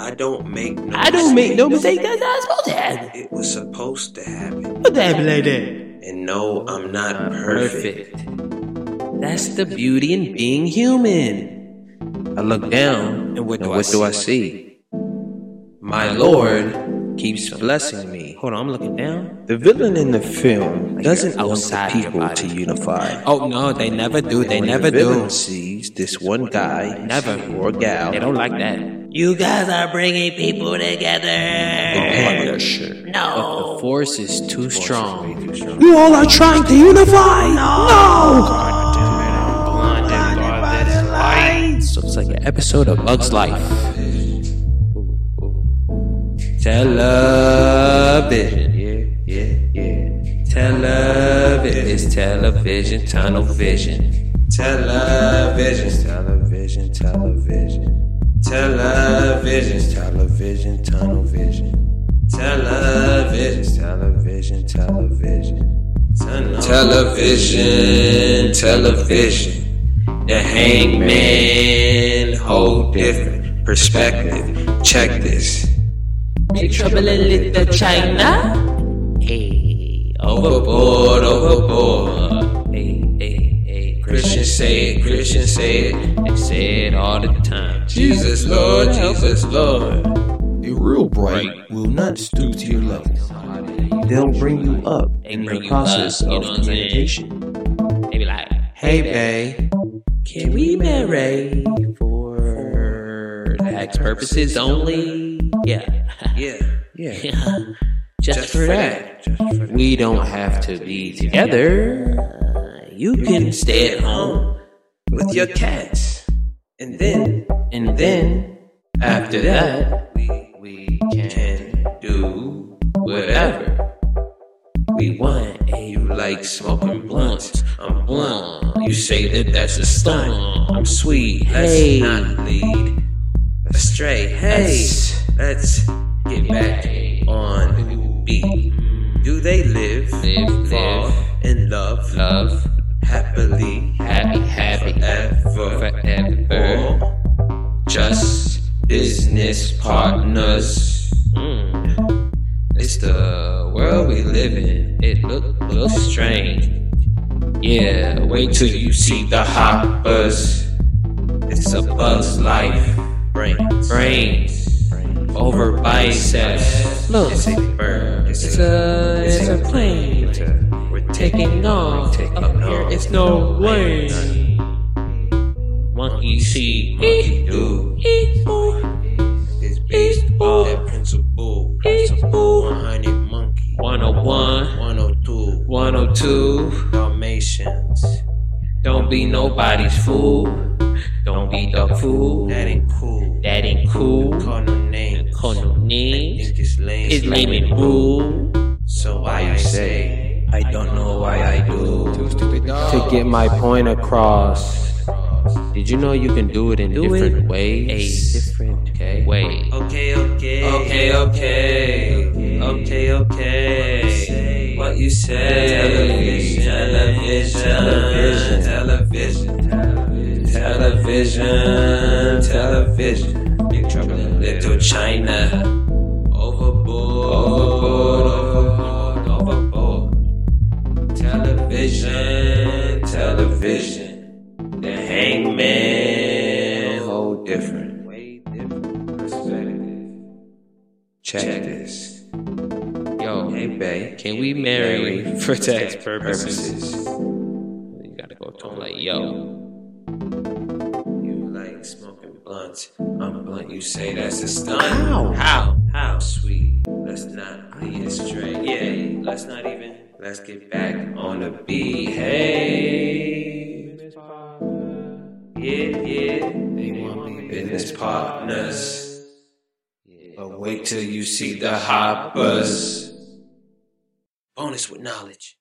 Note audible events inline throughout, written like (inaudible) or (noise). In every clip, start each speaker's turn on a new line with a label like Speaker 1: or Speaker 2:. Speaker 1: I don't make no
Speaker 2: I don't make no
Speaker 1: mistakes.
Speaker 2: mistake. That's not supposed to happen.
Speaker 1: It was supposed to happen.
Speaker 2: What the happen like that?
Speaker 1: And no, I'm not perfect.
Speaker 2: Perfect. That's the beauty in being human. I look down,
Speaker 1: And what
Speaker 2: and
Speaker 1: do
Speaker 2: what
Speaker 1: I
Speaker 2: do
Speaker 1: see?
Speaker 2: I see? My Lord keeps blessing me. Hold on, I'm looking down.
Speaker 1: The villain in the film doesn't want the
Speaker 2: outside your
Speaker 1: people to
Speaker 2: body.
Speaker 1: unify.
Speaker 2: Oh no, they never do. They
Speaker 1: When
Speaker 2: never
Speaker 1: the villain
Speaker 2: do.
Speaker 1: sees this one guy,
Speaker 2: Never.
Speaker 1: or gal,
Speaker 2: They don't like that. You guys are bringing people
Speaker 1: they
Speaker 2: together.
Speaker 1: pull their shirt.
Speaker 2: No. The force is too strong.
Speaker 1: You all are trying to unify. No.
Speaker 2: So it's like an episode of Bugs Life. Television, yeah, yeah, yeah. Television is television, tunnel vision.
Speaker 1: Television, television, television, television, television, tunnel vision, television, television, television, tunnel- television, television. The hangman, whole different perspective. Check this.
Speaker 2: Big trouble in little China. Hey,
Speaker 1: Overboard, overboard.
Speaker 2: Hey, hey, hey.
Speaker 1: Christians say it, Christians say it.
Speaker 2: They say it all the time.
Speaker 1: Jesus Lord, Jesus Lord.
Speaker 3: The real bright will not stoop to your level. They'll bring you up in the process of communication.
Speaker 2: They be like,
Speaker 1: Hey, babe.
Speaker 2: Can we marry for tax purposes only? Yeah.
Speaker 1: Yeah, yeah.
Speaker 2: Just,
Speaker 1: Just
Speaker 2: for that.
Speaker 1: Just for that.
Speaker 2: We don't have to be together. You can stay at home.
Speaker 1: With your cats. And then,
Speaker 2: And then, after that,
Speaker 1: we, we can do whatever.
Speaker 2: we want a
Speaker 1: You like smoking blunts. I'm blunt.
Speaker 2: blonde.
Speaker 1: You say that that's a stunt. I'm sweet. Let's
Speaker 2: Hey.
Speaker 1: not lead astray. Hey,
Speaker 2: Let's-
Speaker 1: let's get back on beat. Do they live,
Speaker 2: Live,
Speaker 1: fall
Speaker 2: live.
Speaker 1: in love,
Speaker 2: Love,
Speaker 1: happily
Speaker 2: happy, happy,
Speaker 1: ever?
Speaker 2: forever.
Speaker 1: Or just business partners?
Speaker 2: Mm.
Speaker 1: It's the
Speaker 2: The world we live in, it look looks strange. Yeah,
Speaker 1: wait
Speaker 2: wait
Speaker 1: till you see the hoppers. It's a buzz life. Brains.
Speaker 2: brains over biceps. Look,
Speaker 1: It's a bird.
Speaker 2: it's a it's a plane
Speaker 1: We're
Speaker 2: taking off. Up here, it's no way. Monkey see, monkey
Speaker 1: Dude,
Speaker 2: do.
Speaker 1: it's baseball. That principle. Principle. 100 monkey.
Speaker 2: 101,
Speaker 1: 102.
Speaker 2: 102.
Speaker 1: Dalmatians.
Speaker 2: Don't be nobody's fool. Don't be the fool.
Speaker 1: That ain't cool.
Speaker 2: That ain't cool.
Speaker 1: Call no names.
Speaker 2: Call no names.
Speaker 1: Think it's lame.
Speaker 2: It's lame and rude.
Speaker 1: So why I say, I don't know why I do.
Speaker 2: to get my point across. Did you know you can do it in different ways? A different way.
Speaker 1: Okay, okay. Okay, okay. Okay, okay. What you say? Television. Television. Television. Television. Television. Big trouble in little China. Overboard. Overboard. Overboard. Television. Television. The hangman. Whole different. Way different perspective. Check this.
Speaker 2: Yo,
Speaker 1: Hey, babe.
Speaker 2: can we marry for tax purposes?
Speaker 1: Purposes.
Speaker 2: You gotta go to him like, yo,
Speaker 1: You like smoking blunts. I'm blunt. You say that's a stunt. How? How? How? Sweet. Let's not be astray. Yeah. Let's not even. Let's get back on the beat. Hey. Yeah, yeah. They want to be business partners. But wait till you see the hoppers. Bonus with knowledge.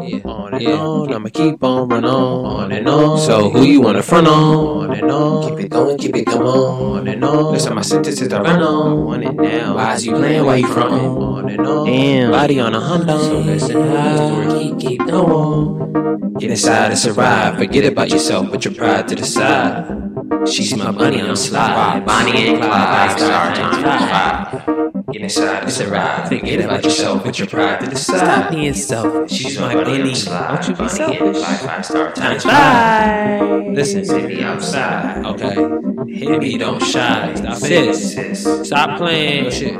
Speaker 2: yeah,
Speaker 1: On and
Speaker 2: Yeah.
Speaker 1: on, I'ma keep on running on, on and on.
Speaker 2: So who you wanna front on?
Speaker 1: On and on, keep it going, keep it going, on and on. Listen, my sentences I run on, I want it now.
Speaker 2: Why is you playing? Why you frontin'?
Speaker 1: On and on,
Speaker 2: Damn.
Speaker 1: Body on a Honda,
Speaker 2: So listen how-
Speaker 1: keep keep going. Get inside and survive, forget about yourself, put your pride to the side.
Speaker 2: She's my bunny, I'm sly. Bonnie and Clyde, five star times five. Get inside, it's a ride. Forget about yourself, put your pride to the
Speaker 1: Stop
Speaker 2: side.
Speaker 1: being selfish.
Speaker 2: She's my bunny, I'm sly.
Speaker 1: Don't you be
Speaker 2: Bonnie and
Speaker 1: selfish.
Speaker 2: Clyde, five star times five.
Speaker 1: Bye.
Speaker 2: Listen, city outside, okay? Hit me, don't shy. Stop it.
Speaker 1: Sis. Stop playing
Speaker 2: Oh,
Speaker 1: your shit.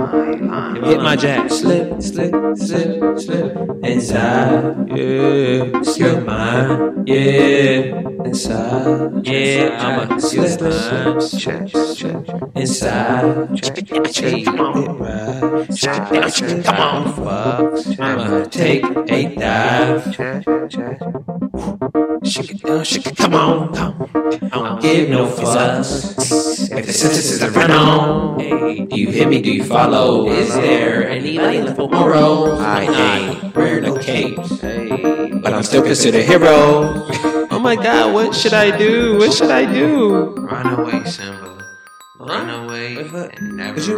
Speaker 1: Hit my jack.
Speaker 2: Slip, slip, slip, slip inside. Yeah, slip mine. Yeah, inside.
Speaker 1: Yeah, I'm a
Speaker 2: slip
Speaker 1: slip.
Speaker 2: slip, check, check inside. Check, check, come on, check, check, come on, fuck. I'ma take a dive. Check, check, shake it down, shake it, come on, come. I don't give no fuss. If the sentence is a run on, hey, do you hear me? Do you follow? Is there anybody left for moral? I ain't wearing no cape, but I'm still considered a hero.
Speaker 1: (laughs) Oh my god, what should I do? What should I do?
Speaker 3: Run away, Simba. Run away
Speaker 1: What the fuck?
Speaker 3: and
Speaker 1: What
Speaker 3: never
Speaker 1: you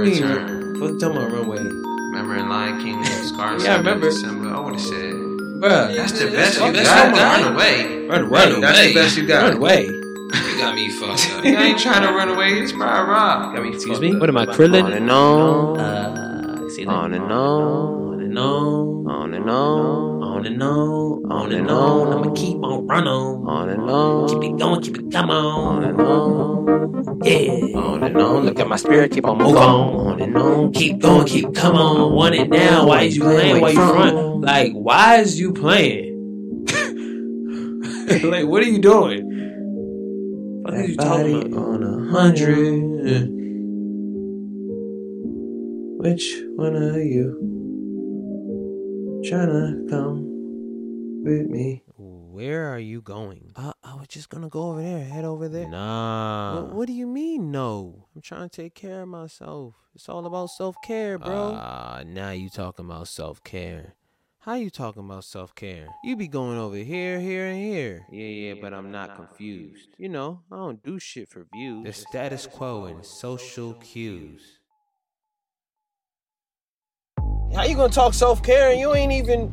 Speaker 1: mean?
Speaker 3: return.
Speaker 1: Fuck talking about runway.
Speaker 3: Remember in Lion King when
Speaker 1: (laughs)
Speaker 3: Scar
Speaker 1: Yeah, I
Speaker 3: said
Speaker 1: remember.
Speaker 3: to Simba, I would have said,
Speaker 1: Bruh.
Speaker 3: That's the best you
Speaker 1: That's
Speaker 3: got.
Speaker 1: Simba, right?
Speaker 3: Run away.
Speaker 1: Run away.
Speaker 3: That's the best you
Speaker 1: Run
Speaker 3: got.
Speaker 1: away.
Speaker 2: You got me fucked up.
Speaker 3: You ain't trying to run away. It's by Rob. Got me
Speaker 1: Excuse me? What am I, Krillin?
Speaker 4: On and on.
Speaker 1: Uh, see that?
Speaker 4: On and on.
Speaker 1: On and on.
Speaker 4: On and on.
Speaker 1: On and on. On and on. I'ma keep on running.
Speaker 4: On and on.
Speaker 1: Keep it going. Keep it
Speaker 4: On
Speaker 1: coming.
Speaker 4: and on.
Speaker 1: Yeah.
Speaker 4: On and on. Look at my spirit. Keep on
Speaker 1: Move
Speaker 4: moving.
Speaker 1: on.
Speaker 4: On and on.
Speaker 1: Keep going, keep come on, want it now. Why is you playing? Why you front? Like, why is you playing? (laughs) like, what are you doing? What are you talking
Speaker 4: Body
Speaker 1: about?
Speaker 4: on a hundred. Which one are you? Tryna come with me?
Speaker 1: Where are you going?
Speaker 4: I, I was just gonna go over there. Head over there.
Speaker 1: Nah.
Speaker 4: What, what do you mean, no? I'm trying to take care of myself. It's all about self care, bro.
Speaker 1: Uh, now you talking about self care.
Speaker 4: How you talking about self care? You be going over here, here, and here.
Speaker 1: Yeah, yeah, but I'm not confused.
Speaker 4: You know, I don't do shit for views.
Speaker 1: The status quo and social cues.
Speaker 4: How you gonna talk self care and you ain't even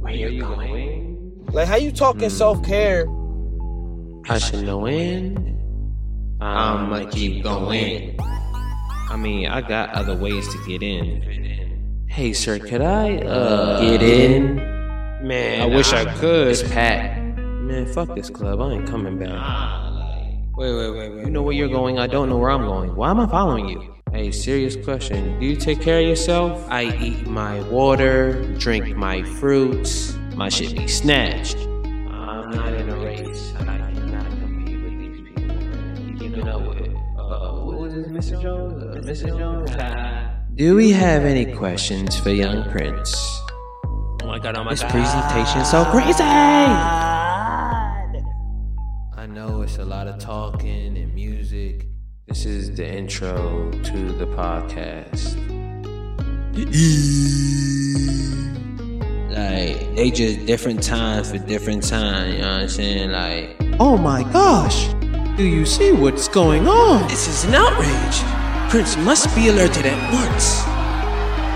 Speaker 1: Where you going? Hmm.
Speaker 4: like how you talking self care?
Speaker 1: I should know when. I'ma keep going. I mean, I got other ways to get in. Hey, sir, could I uh get in? Man, I wish I could. It's packed.
Speaker 4: Man, fuck this club. I ain't coming back.
Speaker 1: Wait, wait, wait, wait.
Speaker 4: You know where you're going. I don't know where I'm going. Why am I following you?
Speaker 1: Hey, serious question. Do you take care of yourself?
Speaker 4: I eat my water, drink my fruits. My shit be snatched.
Speaker 2: I'm not in a race. I cannot compete with these people. You keeping up with uh, what was it, Mr. Jones? Uh, Mr. Jones?
Speaker 4: Do we have any questions for young Prince?
Speaker 1: Oh my god, oh my
Speaker 4: This
Speaker 1: god.
Speaker 4: presentation so crazy.
Speaker 1: I know it's a lot of talking and music.
Speaker 4: This is the intro to the podcast.
Speaker 1: Like, they just different times for different time, you know what I'm saying? Like,
Speaker 4: Oh my gosh! Do you see what's going on? This is an outrage! Prince must be alerted at once!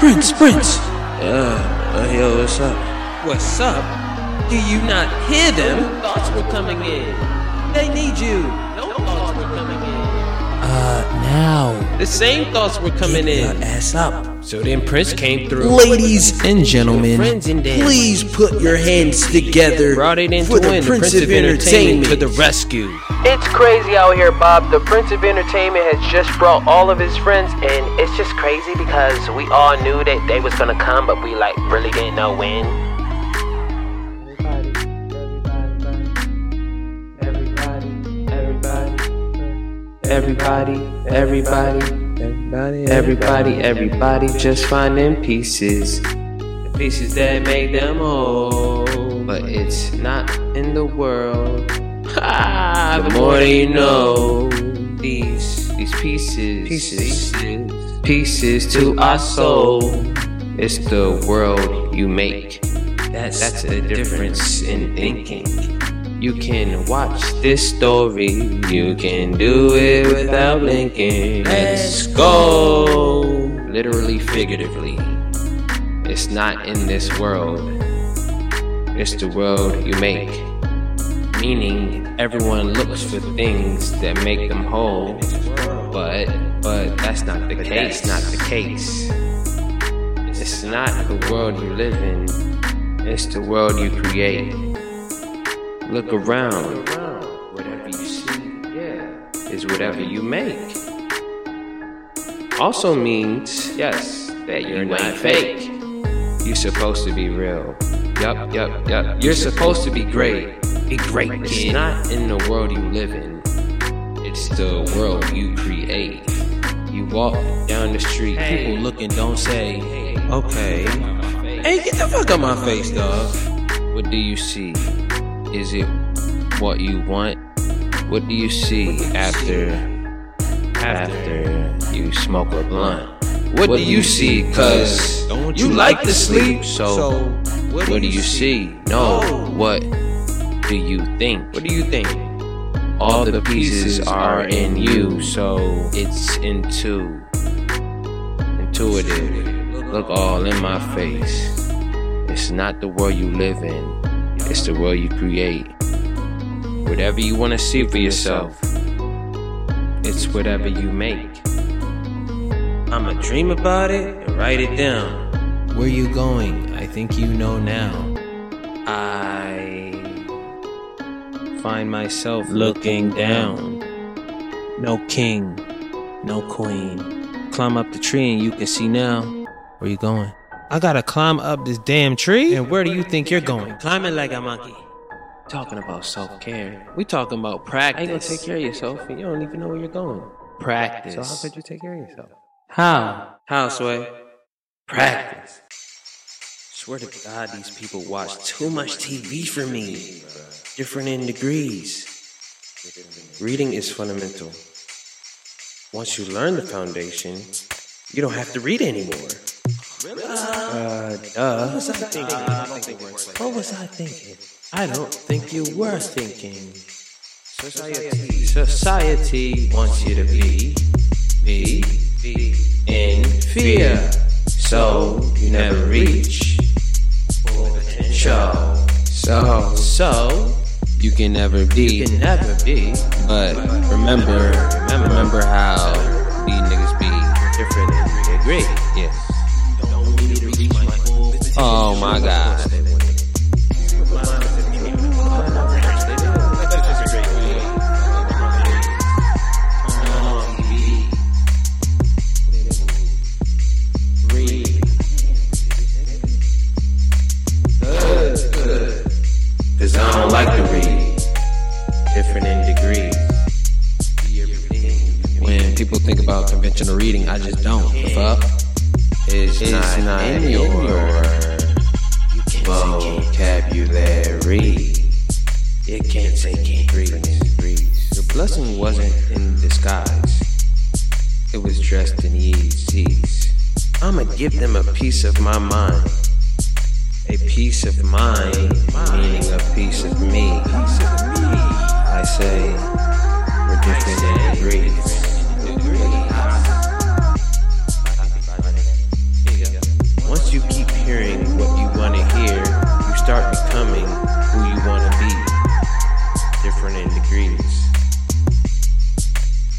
Speaker 4: Prince, Prince!
Speaker 2: Uh, uh, yo, what's up?
Speaker 4: What's up? Do you not hear them? thoughts were coming in. They need you. No thoughts were coming in.
Speaker 1: uh, now.
Speaker 4: The same thoughts were coming in.
Speaker 1: ass up. So then Prince came through.
Speaker 5: Ladies and gentlemen,
Speaker 4: Friends and them.
Speaker 5: please put your hands together
Speaker 4: Brought it in
Speaker 5: for
Speaker 4: to
Speaker 5: the
Speaker 4: win.
Speaker 5: Prince of Entertainment.
Speaker 4: to the rescue.
Speaker 5: It's crazy out here, Bob. The Prince of Entertainment has just brought all of his friends, and it's just crazy because we all knew that they was gonna come, but we like really didn't know when. Everybody, everybody, everybody, everybody, everybody, just find them pieces. The pieces that make them whole. But it's not in the world. Ha! The more you know, these these pieces, pieces, pieces to our soul. It's the world you make. That's, That's the difference in thinking. You can watch this story. You can do it without blinking. Let's go. Literally, figuratively. It's not in this world. It's the world you make.
Speaker 2: meaning everyone looks for things that make them whole, but but that's not the case. Not the case. It's not the world you live in. It's the world you create. Look around. Whatever you see, yeah, is whatever you make. Also means yes that you're not fake. You're supposed to be real. Yup, yup, yup. You're supposed to be great. Be great. It's not in the world you live in. It's the world you create. You walk down the street,
Speaker 3: People
Speaker 2: people look
Speaker 3: looking don't say, okay.
Speaker 2: Hey, get the fuck out my face, dog. What do you see? Is it what you want? What do you see after after you smoke a blunt? What, do you see? Cause
Speaker 3: Don't
Speaker 2: you like to sleep,
Speaker 3: So,
Speaker 2: so what do you see? No, what do you think? What do you think? All the pieces are in you, so it's into intuitive. Look all in my face. It's not the world you live in, it's the world you create. Whatever you want to see for yourself, it's whatever you make.
Speaker 1: I'ma dream about it and write it down.
Speaker 3: Where you going? I think you know now.
Speaker 2: I find myself
Speaker 3: Looking down. No king, no queen. Climb up the tree and you can see now. Where you going? I gotta climb up this damn tree? And where do you think you're going?
Speaker 1: Climbing like a monkey.
Speaker 2: talking about self care. We talking about practice.
Speaker 4: How you gonna take care of yourself and you don't even know where you're going?
Speaker 2: practice.
Speaker 4: So how could you take care of yourself?
Speaker 2: How?
Speaker 1: Houseway.
Speaker 2: Practice.
Speaker 1: Swear to God, these people watch too much TV for me. Different in degrees. Reading is fundamental. Once you learn the foundation, you don't have to read anymore. Uh,
Speaker 3: Duh. What was I thinking? What was I thinking? I don't think you were thinking.
Speaker 1: Society, society wants you to be, be, be in fear. So you never reach full potential.
Speaker 2: So so you can never be.
Speaker 1: You can never be
Speaker 2: But remember, remember, remember how these niggas be.
Speaker 1: different in degree.
Speaker 2: Yes.
Speaker 1: Don't need to reach my full potential.
Speaker 2: Oh my God.
Speaker 1: Um, Cause I don't like to read. Different in degree.
Speaker 2: When people think about conventional reading, I just don't. The fuck?
Speaker 1: It's, not, in your, vocabulary. You can't say can't read.
Speaker 2: Your blessing wasn't in disguise. It was dressed in ease.
Speaker 1: I'ma give them a piece of my mind. A piece of mine, meaning a piece of me. I say, we're different in degrees. Once you keep hearing what you want to hear, you start becoming who you want to be. Different in degrees.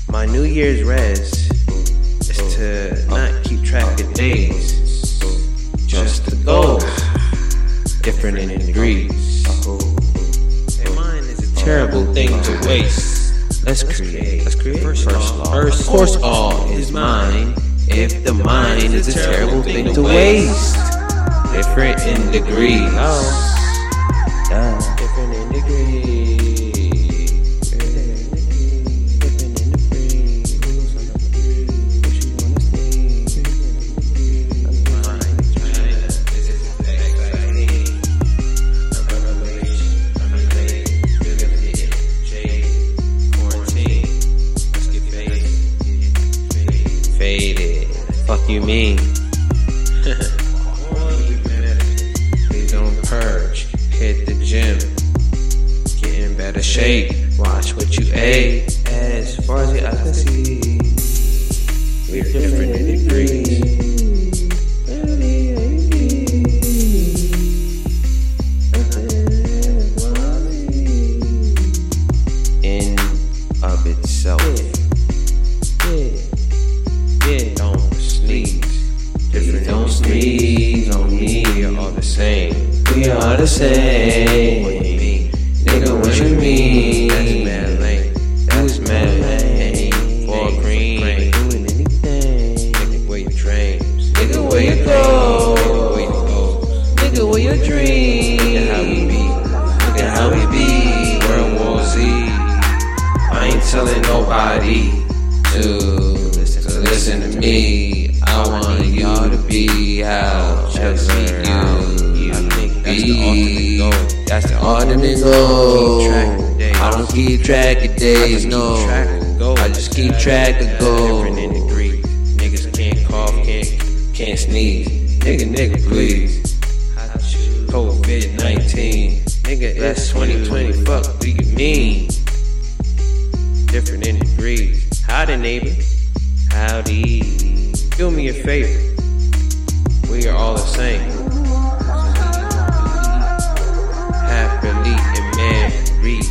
Speaker 1: My New Year's res is to not keep track of days, just the goals, different in degrees. And mine is a terrible thing to waste. Let's create. Let's create. First, law. First, of course, all is mine. If the mind is a terrible thing to waste, different in degrees. Different in degrees. Different in degrees. Faded. Fuck you mean? Please don't purge. Hit the gym. Get in better shape. Watch what you ate. As far as I can see, we're different in degrees. please on me, you're all the same. We are the same. What you mean? Nigga, what you mean? That's mad lane. That's mad lane. Ball green. Doing anything. Nigga, where your dreams? Nigga, where your goals? Nigga, where your goals? Nigga, where your dreams? Look at how we be. Look at how we be. World War Z. I ain't telling nobody to listen, to listen to me. I want y'all to be out. Just you. you. I think that's the ultimate goal. That's the ultimate goal. I don't keep track of days, no. I just keep track of goals. Different in the Greek. Niggas can't cough, can't, can't sneeze. Nigga, nigga, please. COVID 19. Nigga, that's 2020. Fuck, do you mean? different in degrees. Howdy, neighbor. Howdy. Do me a favor. We are all the same. Happily and married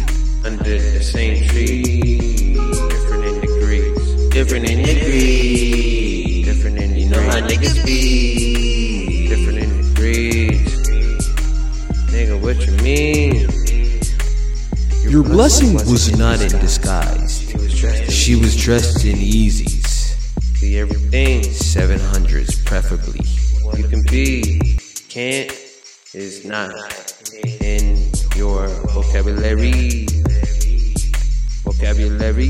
Speaker 1: under the same tree. Different in degrees. Different in degrees. Different in You know how niggas be. Different in degrees. Nigga, what you mean?
Speaker 3: Your blessing was not in disguise.
Speaker 1: She was dressed in
Speaker 3: She was dressed in Yeezys,
Speaker 1: be everything.
Speaker 3: 700s preferably.
Speaker 1: You can be, can't is not in your vocabulary. Vocabulary.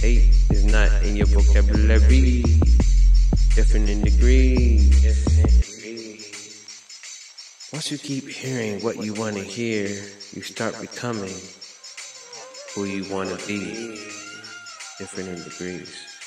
Speaker 1: Hate is not in your vocabulary. Different in degrees. Once you keep hearing what you want to hear, you start becoming who you want to be. Different in degrees.